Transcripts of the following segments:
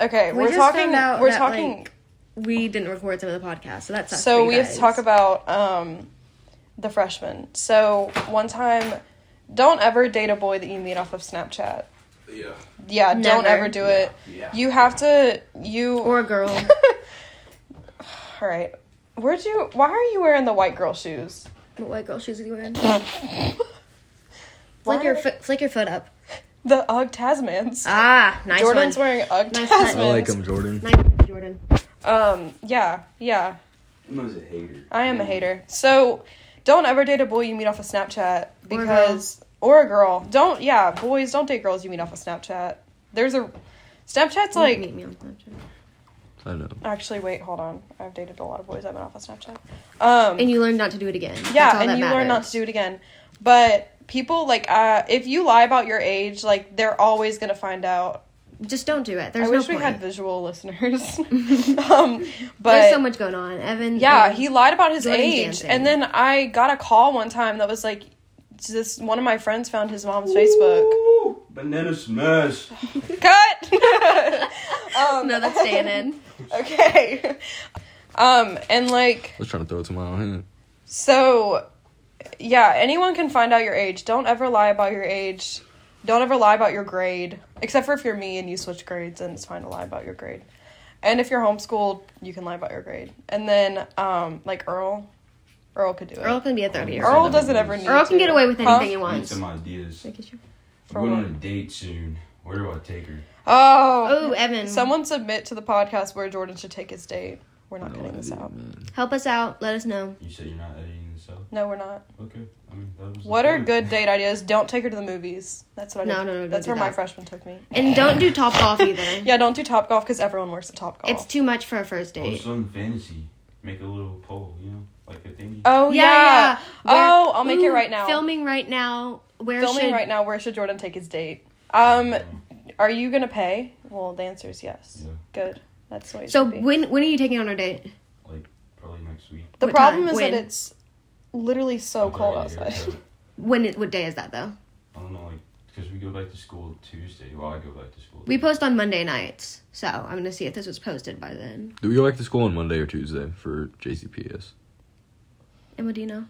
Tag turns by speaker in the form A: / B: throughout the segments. A: Okay,
B: We
A: we are
B: just
A: talking.
B: found out
A: We're
B: that,
A: talking.
B: like, we didn't record some of the podcast, so that's
A: so we have to talk about um, the freshmen. So one time, don't ever date a boy that you meet off of Snapchat.
C: Yeah.
A: Yeah, don't
B: Never.
A: ever do it.
C: Yeah.
A: You have to. You
B: or a girl.
A: all right? Where'd you? Why are you wearing the white girl shoes?
B: what white girl shoes are you wearing?
A: Why
B: Flick your
A: are-
B: foot, flick your foot up.
A: The UGG Tasmans.
B: Ah, nice
A: Jordan's
B: one.
A: wearing UGG
B: Nice one.
A: Tasmans.
B: I like
C: Jordan.
B: Nice one, Jordan.
A: Um. Yeah. Yeah.
C: I was a hater.
A: I am a hater. So don't ever date a boy you meet off of Snapchat
B: girl.
A: because or a girl. Don't yeah, boys don't date girls you meet off of Snapchat. There's a Snapchat's
B: Like,
A: like
B: meet me on Snapchat.
C: I know.
A: actually wait, hold on. I've dated a lot of boys I've been off of Snapchat. Um
B: And you learn not to do it again. That's all
A: yeah,
B: that
A: and you learn not
B: matters.
A: to do it again. But people like uh if you lie about your age, like they're always going to find out.
B: Just don't do it. There's
A: I
B: no
A: wish
B: point.
A: we had visual listeners. um but
B: There's so much going on. Evan.
A: Yeah,
B: um,
A: he lied about his
B: Jordan's
A: age.
B: dancing.
A: And then I got a call one time that was like, this one of my friends found his mom's Facebook.
C: Banana smash.
A: Cut. um,
B: No, that's staying in.
A: okay. Um, and like,
C: I was trying to throw it to my own hand.
A: so, yeah, anyone can find out your age. Don't ever lie about your age. Don't ever lie about your grade, except for if you're me and you switch grades, then it's fine to lie about your grade. And if you're homeschooled, you can lie about your grade. And then, um, like Earl, Earl could do it.
B: Earl can be a 30 year
A: Earl
B: old.
A: doesn't ever need.
B: Earl can
A: to.
B: get away with
A: Huh?
B: anything he
C: I need
B: wants.
C: some ideas.
B: Thank you, sure.
A: For
C: I'm going
A: what?
C: on a date soon. Where do I take her?
A: Oh,
B: Oh, Evan.
A: someone submit to the podcast where Jordan should take his date. We're not cutting this out.
B: Help us out. Let us know.
C: You said you're not editing this out.
A: No, we're not.
C: Okay. I mean, that was
A: What are good date ideas? Don't take her to the movies. That's what I. did.
B: No, no, no, don't
A: That's
B: do
A: where my
B: that.
A: freshman took me.
B: And don't do top off either.
A: Yeah, don't do Top Golf because everyone works at Top Golf.
B: It's too much for a first
C: Or
B: date.
C: some fantasy. Make a little poll, you know, like a thingy.
A: oh yeah. Oh,
B: Where-
A: I'll make it
B: Ooh,
A: right now.
B: Filming right now. Where
A: Filming
B: should
A: right now. Where should Jordan take his date? Um, are you gonna pay? Well, the answer is yes.
C: Yeah.
A: Good. That's what. it
B: So
A: should be.
B: when when are you taking on our date?
C: Like probably next week.
A: the
B: what
A: problem
B: time?
A: is
B: When?
A: that it's literally so
C: I'll
A: Oh, cold
C: try to get her
A: outside.
C: to-
B: When it, what day is that though?
C: I don't know, like, because we go back to school Tuesday. Well, I go back to school.
B: We post on Monday nights, so I'm gonna see if this was posted by then.
D: Do we go back to school on Monday or Tuesday for JCPS?
B: And what do you know?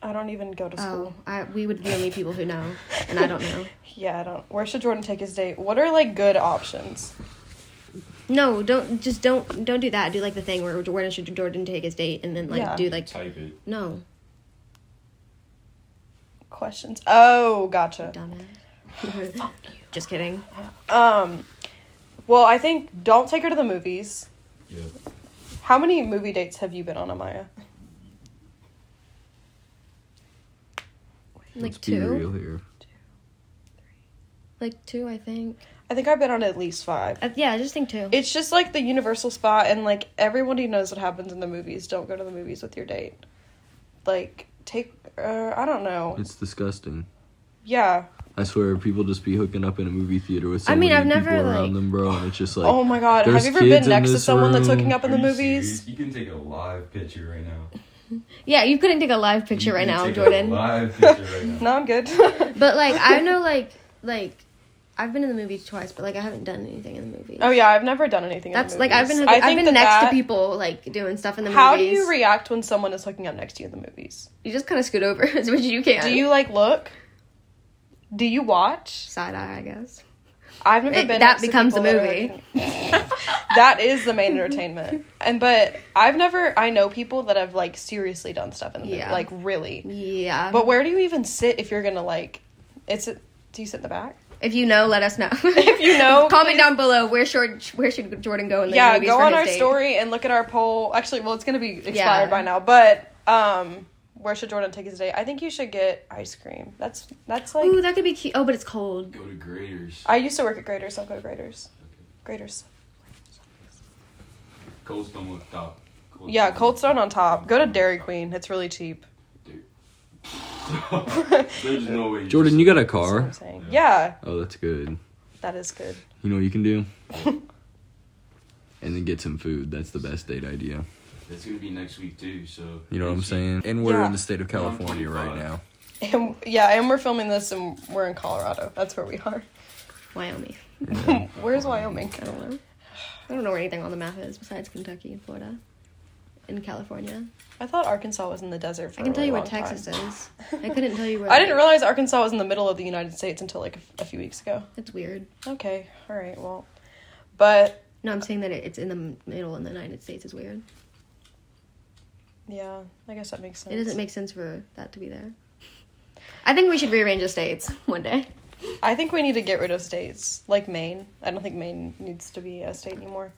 A: I don't even go to school.
B: Oh, I, we would be the only people who know, and I don't know.
A: Yeah, I don't. Where should Jordan take his date? What are like good options?
B: No, don't just don't don't do that. Do like the thing where Jordan should Jordan take his date, and then like
A: Yeah.
B: do like
C: type it.
B: no
A: Questions. Oh, gotcha.
B: dumbass. just kidding.
A: Um, well, I think don't take her to the movies.
C: Yeah.
A: How many movie dates have you been on, Amaya?
B: Like
D: Be
B: two,
D: real here.
B: like two, I think.
A: I think I've been on at least five.
B: Uh, yeah, I just think two.
A: It's just like the universal spot, and like everybody knows what happens in the movies. Don't go to the movies with your date. Like, take. Uh, I don't know.
D: It's disgusting.
A: Yeah.
D: I swear, people just be hooking up in a movie theater with so
B: I mean,
D: many
B: I've never,
D: people around
B: like-
D: them, bro, and it's just like,
A: oh my god. Have
D: there's
A: you ever been
D: kids in
A: next to
D: this
A: someone that's
D: room.
A: hooking up in the
C: Are you
A: movies?
C: serious? You can take a live picture right now.
B: Yeah, you couldn't take a live
C: You
B: picture right
C: can
B: now,
C: take a
B: Jordan.
C: live picture right now.
A: No, I'm good.
B: But like I know like like I've been in the movie twice, but like I haven't done anything in the movie.
A: oh yeah, I've never done anything. in the
B: That's like I've been
A: movies.
B: hooking,
A: I
B: I've
A: think
B: been
A: that
B: next
A: that-
B: to people like doing stuff in the
A: How do
B: movies.
A: you react when someone is hooking up next to you in the movies?
B: you just kind of scoot over as much as you can.
A: Do you like look? Do you watch?
B: side eye? I guess.
A: I've never
B: It-
A: been. next
B: that
A: to
B: becomes
A: people
B: the
A: that are
B: movie.
A: like- that is the main entertainment. And but I've never. I know people that have like seriously done stuff in the movie,
B: Yeah.
A: like really.
B: Yeah.
A: But where do you even sit if you're gonna like? It's. Do you sit in the back?
B: if you know, let us know.
A: If you know,
B: comment down below where should where should Jordan go in the
A: yeah,
B: movies
A: go
B: for
A: on
B: his
A: our
B: date.
A: story and look at our poll. Actually, well, it's gonna be expired
B: Yeah.
A: by now. But um, where should Jordan take his day? I think you should get ice cream. That's that's like
B: Ooh, that could be cute. Oh, but it's cold.
C: Go to graders.
A: I used to work at Graders. I'll go to Graders. Graders.
C: Cold Stone with top. Cold
A: Yeah,
C: Stone.
A: Cold Stone on top. Go to Dairy Queen. It's really cheap.
C: There's no way.
D: Jordan, you got a
A: That's what I'm
D: car?
A: saying. Yeah,
D: Oh, that's good.
A: that is good.
D: You know what you can do? and then get some food. That's the best date idea.
C: It's gonna be next week too. So.
D: You know what I'm saying? And we're
A: Yeah.
D: in the state of California right now.
A: And yeah, and we're filming this, and we're in Colorado. That's where we are.
B: Wyoming.
A: Where's Wyoming?
B: I don't know. I don't know where anything on the map is besides Kentucky and Florida and California.
A: I thought Arkansas was in the desert. For
B: I can
A: a
B: tell you
A: really
B: where
A: long
B: Texas
A: time.
B: is. I couldn't tell you where.
A: I didn't realize Arkansas was in the middle of the United States until like a, a few weeks ago.
B: That's weird.
A: Okay, all right, well, but
B: No, I'm saying that it, it's in the middle in the United States is weird.
A: yeah, I guess that makes sense.
B: It doesn't make sense for that to be there. I think we should rearrange the states one day.
A: I think we need to get rid of states like Maine. I don't think Maine needs to be a state anymore.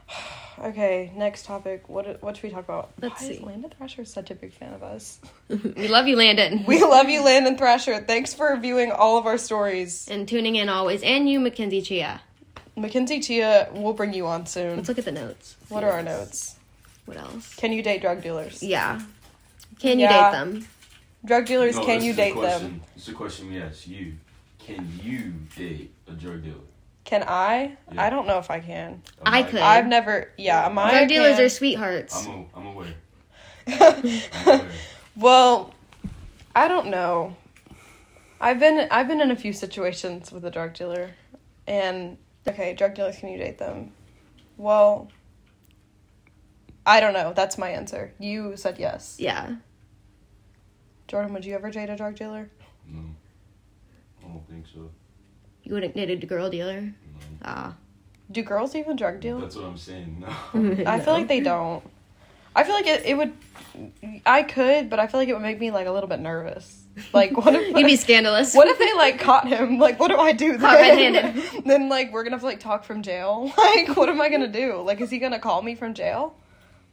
A: okay, next topic. What what should we talk about?
B: Let's
A: Why is
B: see.
A: Landon Thrasher such a big fan of us?
B: we love you, Landon.
A: We love you, Landon Thrasher. Thanks for viewing all of our stories.
B: and tuning in always, and you, Mackenzie Chia.
A: Mackenzie Chia will bring you on soon.
B: Let's look at the notes.
A: What are our notes?
B: What else?
A: Can you date drug dealers?
B: Yeah. Can you
A: Yeah.
B: date them?
A: Drug dealers,
C: No,
A: can
C: this
A: you
C: is the
A: date
C: question.
A: them?
C: It's the question we asked you. Can you date a drug dealer?
A: Can I?
C: Yeah.
A: I don't know if I can.
C: I'm
B: I
C: like-
B: could.
A: I've never. Yeah, am I?
B: Drug dealers
A: can?
B: are sweethearts.
C: I'm, a, I'm aware. I'm aware.
A: Well, I don't know. I've been I've been in a few situations with a drug dealer, and okay, drug dealers, can you date them? Well, I don't know. That's my answer. You said yes.
B: yeah.
A: Jordan, would you ever date a drug dealer?
C: No. I don't think so.
B: You wouldn't date a girl dealer.
C: No.
B: Ah.
A: Do girls even drug deal?
C: That's what I'm saying. No.
A: I feel like they don't. I feel like it, it would. I could, but I feel like it would make me like a little bit nervous. Like what if
B: You'd be scandalous.
A: What if they like caught him? Like, what do I do?
B: Caught
A: then?
B: red-handed.
A: then like we're gonna have to like talk from jail. Like, what am I gonna do? Like, is he gonna call me from jail?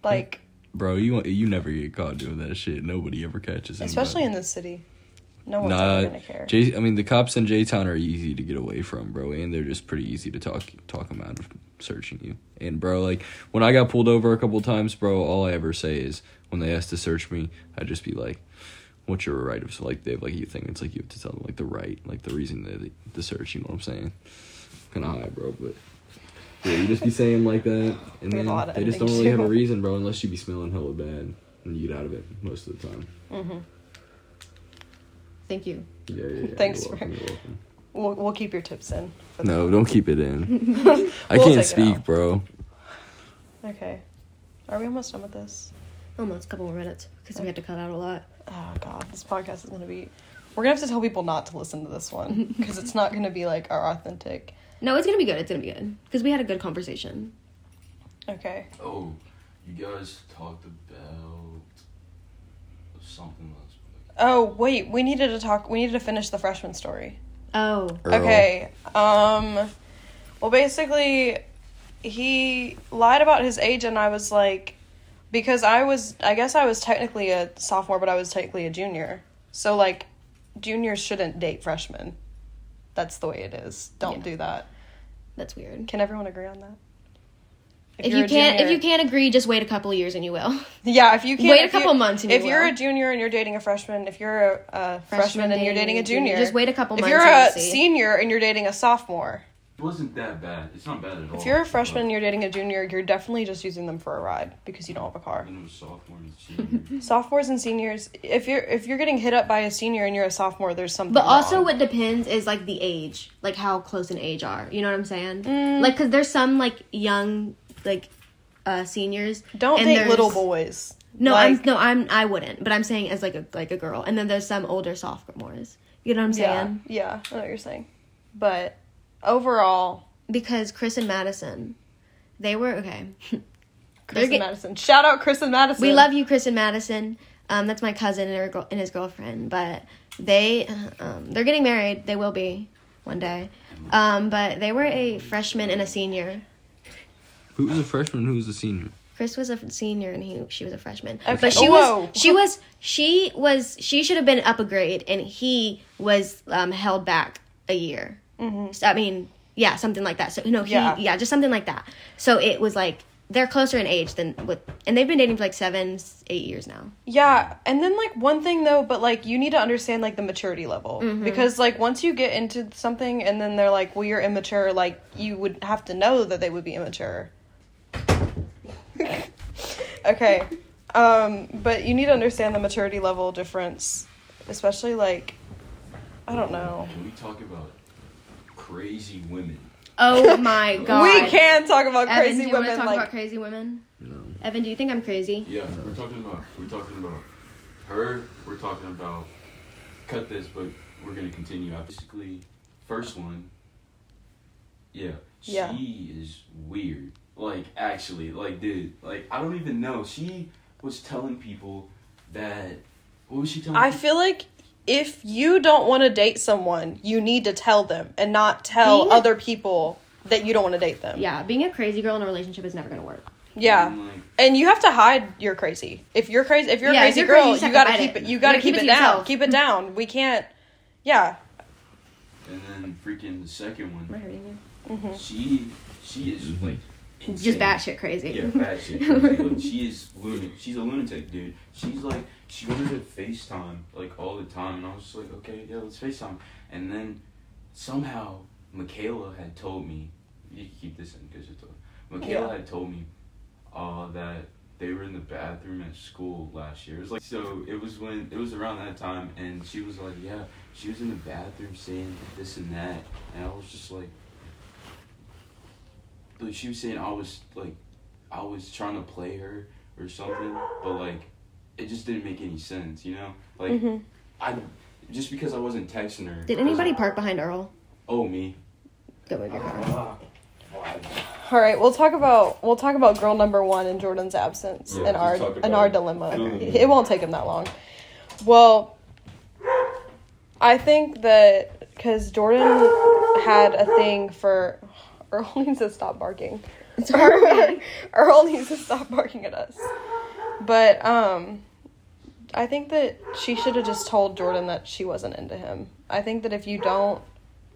A: Like,
D: Bro, you you never get caught doing that shit. Nobody ever catches. Anybody.
A: especially in this city, no one's ever
D: Nah,
A: gonna care.
D: J- I mean the cops in J Town are easy to get away from, bro, and they're just pretty easy to talk talk 'em out of searching you. And bro, like when I got pulled over a couple times, bro, all I ever say is when they ask to search me, I just be like, "What's your right of?" So like they have like you think it's like you have to tell them like the right, like the reason that the search. You know what I'm saying? Kind of high, bro, but. Yeah, you just be saying like that, and
A: There's
D: then
A: a lot of
D: they just don't
A: endings,
D: really have a
A: too.
D: reason, bro, unless you be smelling hella bad, and you get out of it most of the time.
B: Thank you.
D: Yeah, yeah, yeah.
A: Thanks
D: you're
A: for-
D: welcome, you're welcome.
A: We'll, we'll keep your tips in. for the-
D: No, don't keep it in. I
A: We'll take it
D: can't speak,
A: out.
D: bro.
A: Okay. Are we almost done with this?
B: Almost a couple more minutes because we had to cut out a lot.
A: Oh God, this podcast is gonna be. We're gonna have to tell people not to listen to this one because it's not gonna be like our authentic.
B: No, it's gonna be good. It's gonna be good because we had a good conversation.
A: Okay.
C: Oh, you guys talked about something last week.
A: Oh wait, we needed to talk. We needed to finish the freshman story.
B: Oh,
D: Earl.
A: Okay. Um well basically he lied about his age and I was like because I was I guess I was technically a sophomore but I was technically a junior. So like juniors shouldn't date freshmen. That's the way it is. Don't
B: Yeah.
A: do that.
B: that's weird.
A: Can everyone agree on that?
B: If,
A: you're
B: you
A: a
B: can't, if
A: junior-
B: you can't agree, just wait a couple of years and you will.
A: Yeah, if you can't
B: Wait a
A: if you-
B: couple months and you
A: if you're
B: will.
A: a junior and you're dating a freshman, if you're a, a freshman, and you're dating a junior,
B: Just wait a couple
A: If
B: months
A: you're
B: and
A: a
B: you'll see.
A: senior and you're dating a sophomore,
C: It wasn't that bad. It's not bad at all.
A: If you're a freshman and
C: But
A: you're dating a junior, you're definitely just using them for a ride because you don't have a
B: Mm-hmm.
A: car.
C: when it was sophomore and senior.
A: Sophomores and seniors, if you're if you're getting hit up by a senior and you're a sophomore, there's something.
B: But also,
A: wrong.
B: what depends is like the age, like how close in age are. You know what I'm saying?
A: Mm.
B: Like, because there's some like young, like uh seniors.
A: don't
B: and
A: date
B: there's-
A: little boys.
B: No, I'm
A: Like,
B: no, I'm I wouldn't. But I'm saying as like a like a girl, and then there's some older sophomores. You know what I'm
A: yeah,
B: saying?
A: yeah, I know what you're saying. But overall,
B: Because Chris and Madison, they were okay. They're
A: Chris and
B: get-
A: Madison. Shout out Chris and Madison.
B: we love you, Chris and Madison. Um, that's my cousin and, her girl- and his girlfriend. But they, um, they're getting married. They will be one day. Um, but they were a freshman and a senior.
D: Who was a freshman? Who was a senior?
B: Chris was a senior and he she was a freshman.
A: Okay. Oh,
B: But she
A: Whoa.
B: was she was she was she should have been up a grade and he was um, held back a year. So, I mean, yeah, something like that. So no, he
A: Mm-hmm. Yeah.
B: yeah. just something like that. So it was like they're closer in age than with and they've been dating for like 7 8 years now.
A: Yeah, and then like one thing though, but like you need to understand like the maturity level
B: Mm-hmm.
A: because like once you get into something and then they're like, "Well, you're immature," like you would have to know that they would be immature. okay. Um but you need to understand the maturity level difference, especially like I don't know.
C: Can we talk about crazy women?
B: Oh my god.
A: We can talk about
B: Evan,
A: crazy
B: do you want to
A: women
B: talk
A: like
B: about crazy women?
D: You know,
B: Evan, do you think I'm crazy?
C: Yeah, we're talking about we're talking about her. We're talking about cut this, but we're gonna continue. out. Basically, first one. Yeah,
A: Yeah.
C: she is weird. Like actually, like dude, like I don't even know. She was telling people that what was she telling?
A: I
C: people?
A: feel like if you don't want to date someone, you need to tell them and not tell
B: Being-
A: other people that you don't want to date them.
B: Yeah, being a crazy girl in a relationship is never gonna work.
A: Yeah.
C: And, like,
A: And you have to hide you're crazy. If you're crazy, if you're
B: Yeah,
A: a
B: if
A: crazy
B: you're
A: girl,
B: crazy, you just
A: you
B: have
A: got to
B: to hide
A: keep
B: it.
A: it. You
B: You
A: got to
B: gotta keep
A: keep it
B: it to
A: down.
B: yourself.
A: Keep it down. We can't Yeah.
C: and then freaking the second
B: Am I
C: one.
B: hurting you?
A: Mm-hmm.
C: She she is like
B: Just
C: insane.
B: batshit crazy.
C: Yeah, bad shit. Like, she is lunatic. She's a lunatic, dude. She's like, she wanted to FaceTime like all the time, and I was just like, okay, yeah, let's FaceTime. And then somehow Michaela had told me, you can keep this in because it's a- Michaela
A: Yeah.
C: had told me, uh, that they were in the bathroom at school last year. It was like so. It was when it was around that time, and she was like, yeah, she was in the bathroom saying this and that, and I was just like. Like she was saying, I was like I was trying to play her or something, but like it just didn't make any sense, you know? Like
A: Mhm.
C: I just because I wasn't texting her.
B: Mm-hmm. Did
C: doesn't-
B: anybody park behind Earl?
C: Oh me.
B: Go move your car.
A: All right, we'll talk about we'll talk about girl number one in Jordan's absence
C: Yeah,
A: and
C: just
A: our
C: talk
A: and
C: about
A: our
C: it.
A: dilemma.
C: Mhm.
A: It won't take him that long. Well, I think that because Jordan had a thing for Earl needs to stop barking. Earl, needs to stop barking at us. But um, I think that she should have just told Jordan that she wasn't into him. I think that if you don't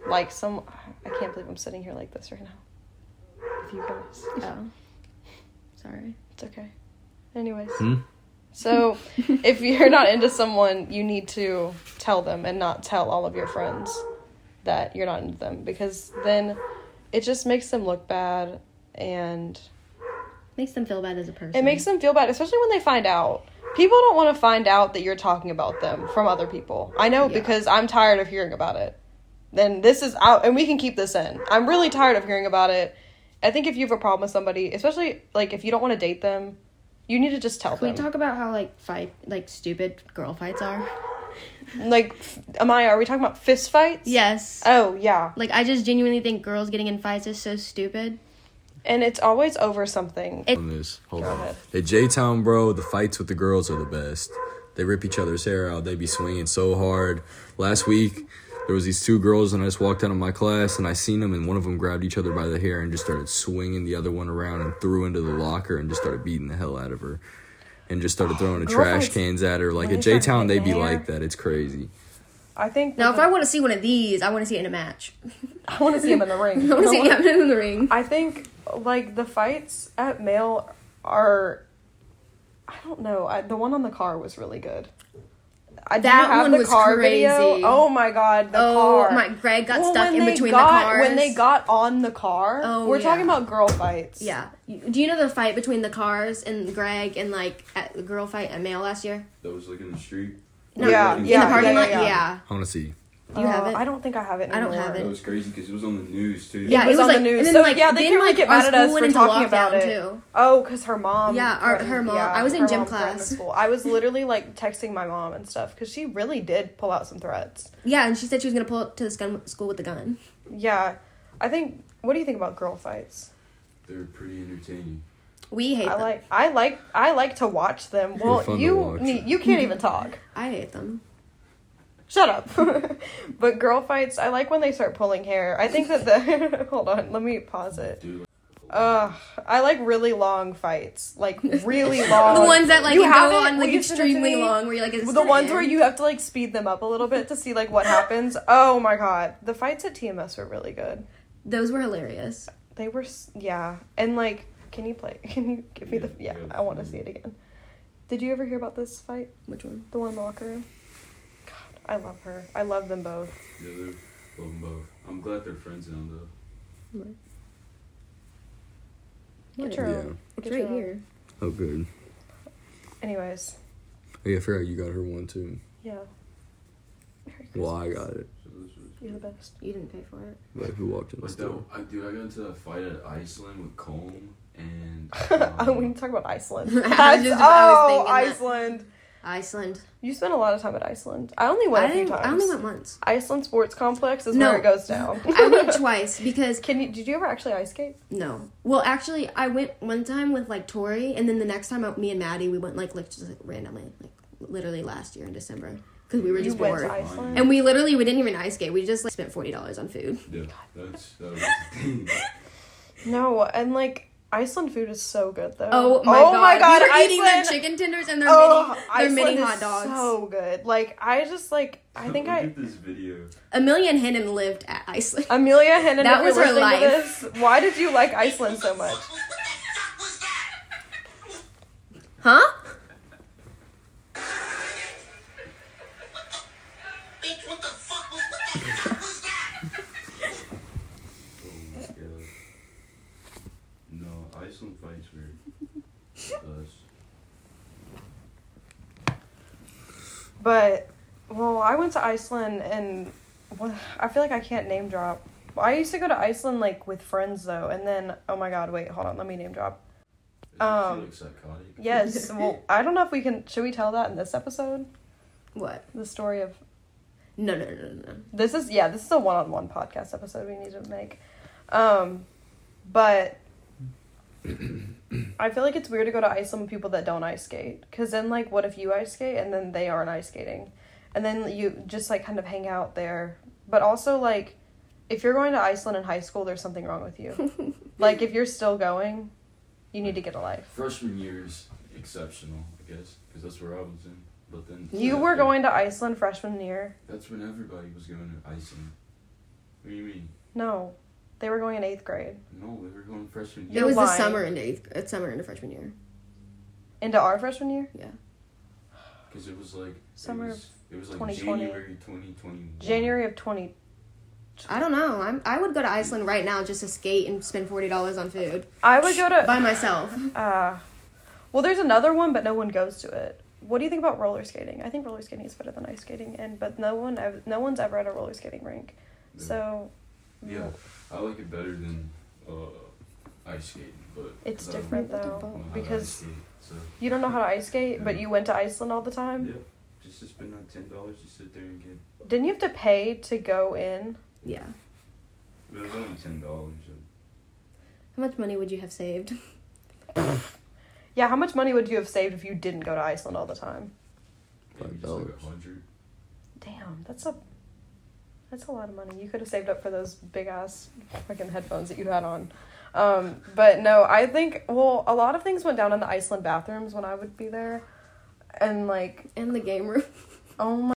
A: like some, I can't believe I'm sitting here like this right now. With you guys.
B: Oh. Sorry.
A: It's okay. Anyways.
D: Hmm?
A: So, if you're not into someone, you need to tell them and not tell all of your friends that you're not into them because then it just makes them look bad and
B: Makes them feel bad as a person.
A: it makes them feel bad, especially when they find out. People don't want to find out that you're talking about them from other people. I know
B: Yeah.
A: because I'm tired of hearing about it. Then this is out, and we can keep this in. I'm really tired of hearing about it. I think if you have a problem with somebody, especially like if you don't want to date them, you need to just tell
B: Can we
A: them.
B: talk about how like fight like stupid girl fights are?
A: like, f- Amaya, are we talking about fist fights?
B: Yes.
A: Oh yeah,
B: like I just genuinely think girls getting in fights is so stupid.
A: and it's always over something.
B: It-
D: on this. Hold
A: Go
D: on.
A: ahead.
D: At J Town, bro, the fights with the girls are the best. They rip each other's hair out. They be swinging so hard. Last week, there was these two girls, and I just walked out of my class, and I seen them, and one of them grabbed each other by the hair and just started swinging the other one around and threw into the locker and just started beating the hell out of her, and just started throwing the
A: Girl
D: trash
A: fights.
D: cans at her. Like
A: When
D: at
A: they
D: J
A: start
D: Town, they
A: hitting
D: be
A: the hair.
D: like that. It's crazy.
A: I think
B: Now,
A: that
B: if I want to see one of these, I want to see it in a match.
A: the- I want to see him in the ring.
B: I want to see
A: I
B: it happen in the ring.
A: I think like the fights at Mail are. I don't know. I, the one on the car was really good. I do
B: That
A: have
B: one
A: the
B: was
A: car video.
B: crazy.
A: Oh my god, the
B: Oh,
A: car!
B: my! Greg got
A: Well,
B: stuck
A: when
B: in
A: they
B: between
A: got-
B: the cars.
A: When they got on the car,
B: Oh,
A: we're talking
B: yeah.
A: about girl fights.
B: Yeah. You- Do you know the fight between the cars and Greg and like at the girl fight at Mail last year?
C: That was like in the street.
A: Yeah,
B: in
A: yeah,
B: the parking
A: yeah,
B: lot.
A: yeah,
B: Yeah.
D: I want to see.
B: Do you
A: Uh,
B: have it?
A: I don't think I have it.
B: I don't
A: anymore.
B: have it.
C: was crazy because it was on the news too.
A: it was on the news. So, yeah, they can, like, get
B: our
A: mad at us
B: school
A: for
B: went into
A: talking about
B: lockdown,
A: it. Oh, cause her mom.
B: Yeah, our-
A: threatened-
B: her mom- I was in
A: her
B: gym
A: mom threatened
B: class.
A: the school. I was literally like texting my mom and stuff because she really did pull out some threats.
B: Yeah, and she said she was gonna pull up to this gun school with the gun.
A: Yeah, I think. What do you think about girl fights?
C: They're pretty entertaining.
B: We hate
A: I
B: them.
A: like. I like. I like to watch them.
D: They're
A: Well,
D: fun to
A: you
D: watch.
A: ne- you can't even talk.
B: I hate them.
A: Shut up. but girl fights, I like when they start pulling hair. I think that the hold on, let me pause it.
C: Dude.
A: Ugh, I like really long fights, like really long.
B: the ones that like
A: Uh, You
B: go
A: haven't-
B: on
A: will
B: like
A: you send it to
B: extremely
A: me?
B: long, where you're like it's
A: the ones where you have to like speed them up a little bit to see like what happens. Oh my god, the fights at TMS were really good.
B: those were hilarious.
A: They were s- yeah, and like, can you play? Can you give me the yeah? I want to see it again. Did you ever hear about this fight?
B: Which one?
A: The one in the locker room. God, I love her. I love them both.
C: Yeah, they're love them both. I'm glad they're friends now though.
A: Get your
D: Yeah.
A: own.
B: It's
A: Get your
B: right
A: own.
B: here.
D: Oh, good.
A: Anyways,
D: Oh, yeah, I forgot you got her one too.
A: yeah.
D: Well, I got it.
C: So this was
A: You're the best.
B: You didn't pay for it.
D: Like who walked in the
C: But
D: store?
C: though, I, dude, I got into a fight at Iceland with Colm and.
A: oh, we
C: Um,
A: need to talk about Iceland.
B: I was
A: That's,
B: just- I
A: oh,
B: was thinking
A: Iceland.
B: Iceland.
A: You spent a lot of time at Iceland. I only went
B: I
A: a few
B: didn't.
A: times.
B: I only went once.
A: Iceland Sports Complex is
B: No.
A: where it goes down.
B: I went twice because
A: Can you? Did you ever actually ice skate?
B: no. Well, actually, I went one time with like Tori, and then the next time, I, me and Maddie, we went like, like just like, randomly, like literally last year in December because we were
A: You
B: just
A: went
B: bored.
A: to Iceland.
B: And we literally we didn't even ice skate. We just like spent forty dollars on food.
C: Yeah, that's that was the thing.
A: no, and like Iceland food is so good though.
B: Oh my god!
A: my god!
B: we were
A: Iceland.
B: eating their chicken tenders and their
A: Oh,
B: mini, their mini
A: Iceland
B: hot
A: is
B: dogs.
A: So good. Like I just like I think
C: Look
A: I
C: at this video. Oh
B: Amelia Hennin lived at Iceland.
A: Amelia Hennon.
B: That
A: if
B: was
A: you're
B: her
A: listening to
B: life.
A: this, why did you like Iceland so much?
B: Huh?
E: Bitch, what the fuck was what was that?
C: Oh my god. No, Iceland fights were. Us.
A: But well, I went to Iceland and well, I feel like I can't name drop. I used to go to Iceland like with friends though, and then oh my god, wait, hold on, let me name drop.
C: Does it
A: Um,
C: feel, like, psychotic?
A: Yes, well, I don't know if we can. Should we tell that in this episode?
B: What?
A: The story of
B: No, no, no, no, no.
A: this is yeah, this is a one-on-one podcast episode we need to make. Um, but I feel like it's weird to go to Iceland with people that don't ice skate, because then like, what if you ice skate and then they aren't ice skating, and then you just like kind of hang out there. But also like, if you're going to Iceland in high school, there's something wrong with you. like if you're still going, you need to get a life.
C: Freshman year's exceptional, I guess, because that's where I was in. But then
A: You were going to Iceland freshman year.
C: That's when everybody was going to Iceland. What do you mean?
A: No, they were going in eighth grade
C: No, they were going freshman
B: It
A: You're
C: year.
B: was the
A: lying.
B: summer into eighth. It's summer into freshman year.
A: into our freshman year.
C: Because it was like
A: Summer
C: It
A: of
C: was, it was like
A: 2020.
C: January 2021.
A: January of 20.
B: I don't know. I'm. I would go to Iceland right now just to skate and spend forty dollars on food
A: I would go to.
B: by myself.
A: Uh, well, there's another one, but no one goes to it. What do you think about roller skating? I think roller skating is better than ice skating, and but no one, ev- no one's ever at a roller skating rink.
C: Yeah.
A: So, mm.
C: Yeah, I like it better than uh, ice skating, but
A: It's
C: 'cause I don't
A: different,
C: know
A: though,
C: how to ice
A: because-
C: skate, so
A: you don't know how to ice skate, but you went to Iceland all the time.
C: yeah, just to spend that ten dollars, you sit there and get.
A: Didn't you have to pay to go in?
B: Yeah.
C: It was only ten dollars.
B: How much money would you have saved?
A: Yeah, how much money would you have saved if you didn't go to Iceland all the time?
C: Maybe
D: Five
C: just like
D: dollars.
C: a hundred.
A: Damn, that's a that's a lot of money. You could have saved up for those big ass fucking headphones that you had on. Um, but no, I think well, a lot of things went down in the Iceland bathrooms when I would be there, and like,
B: And the game room.
A: oh my.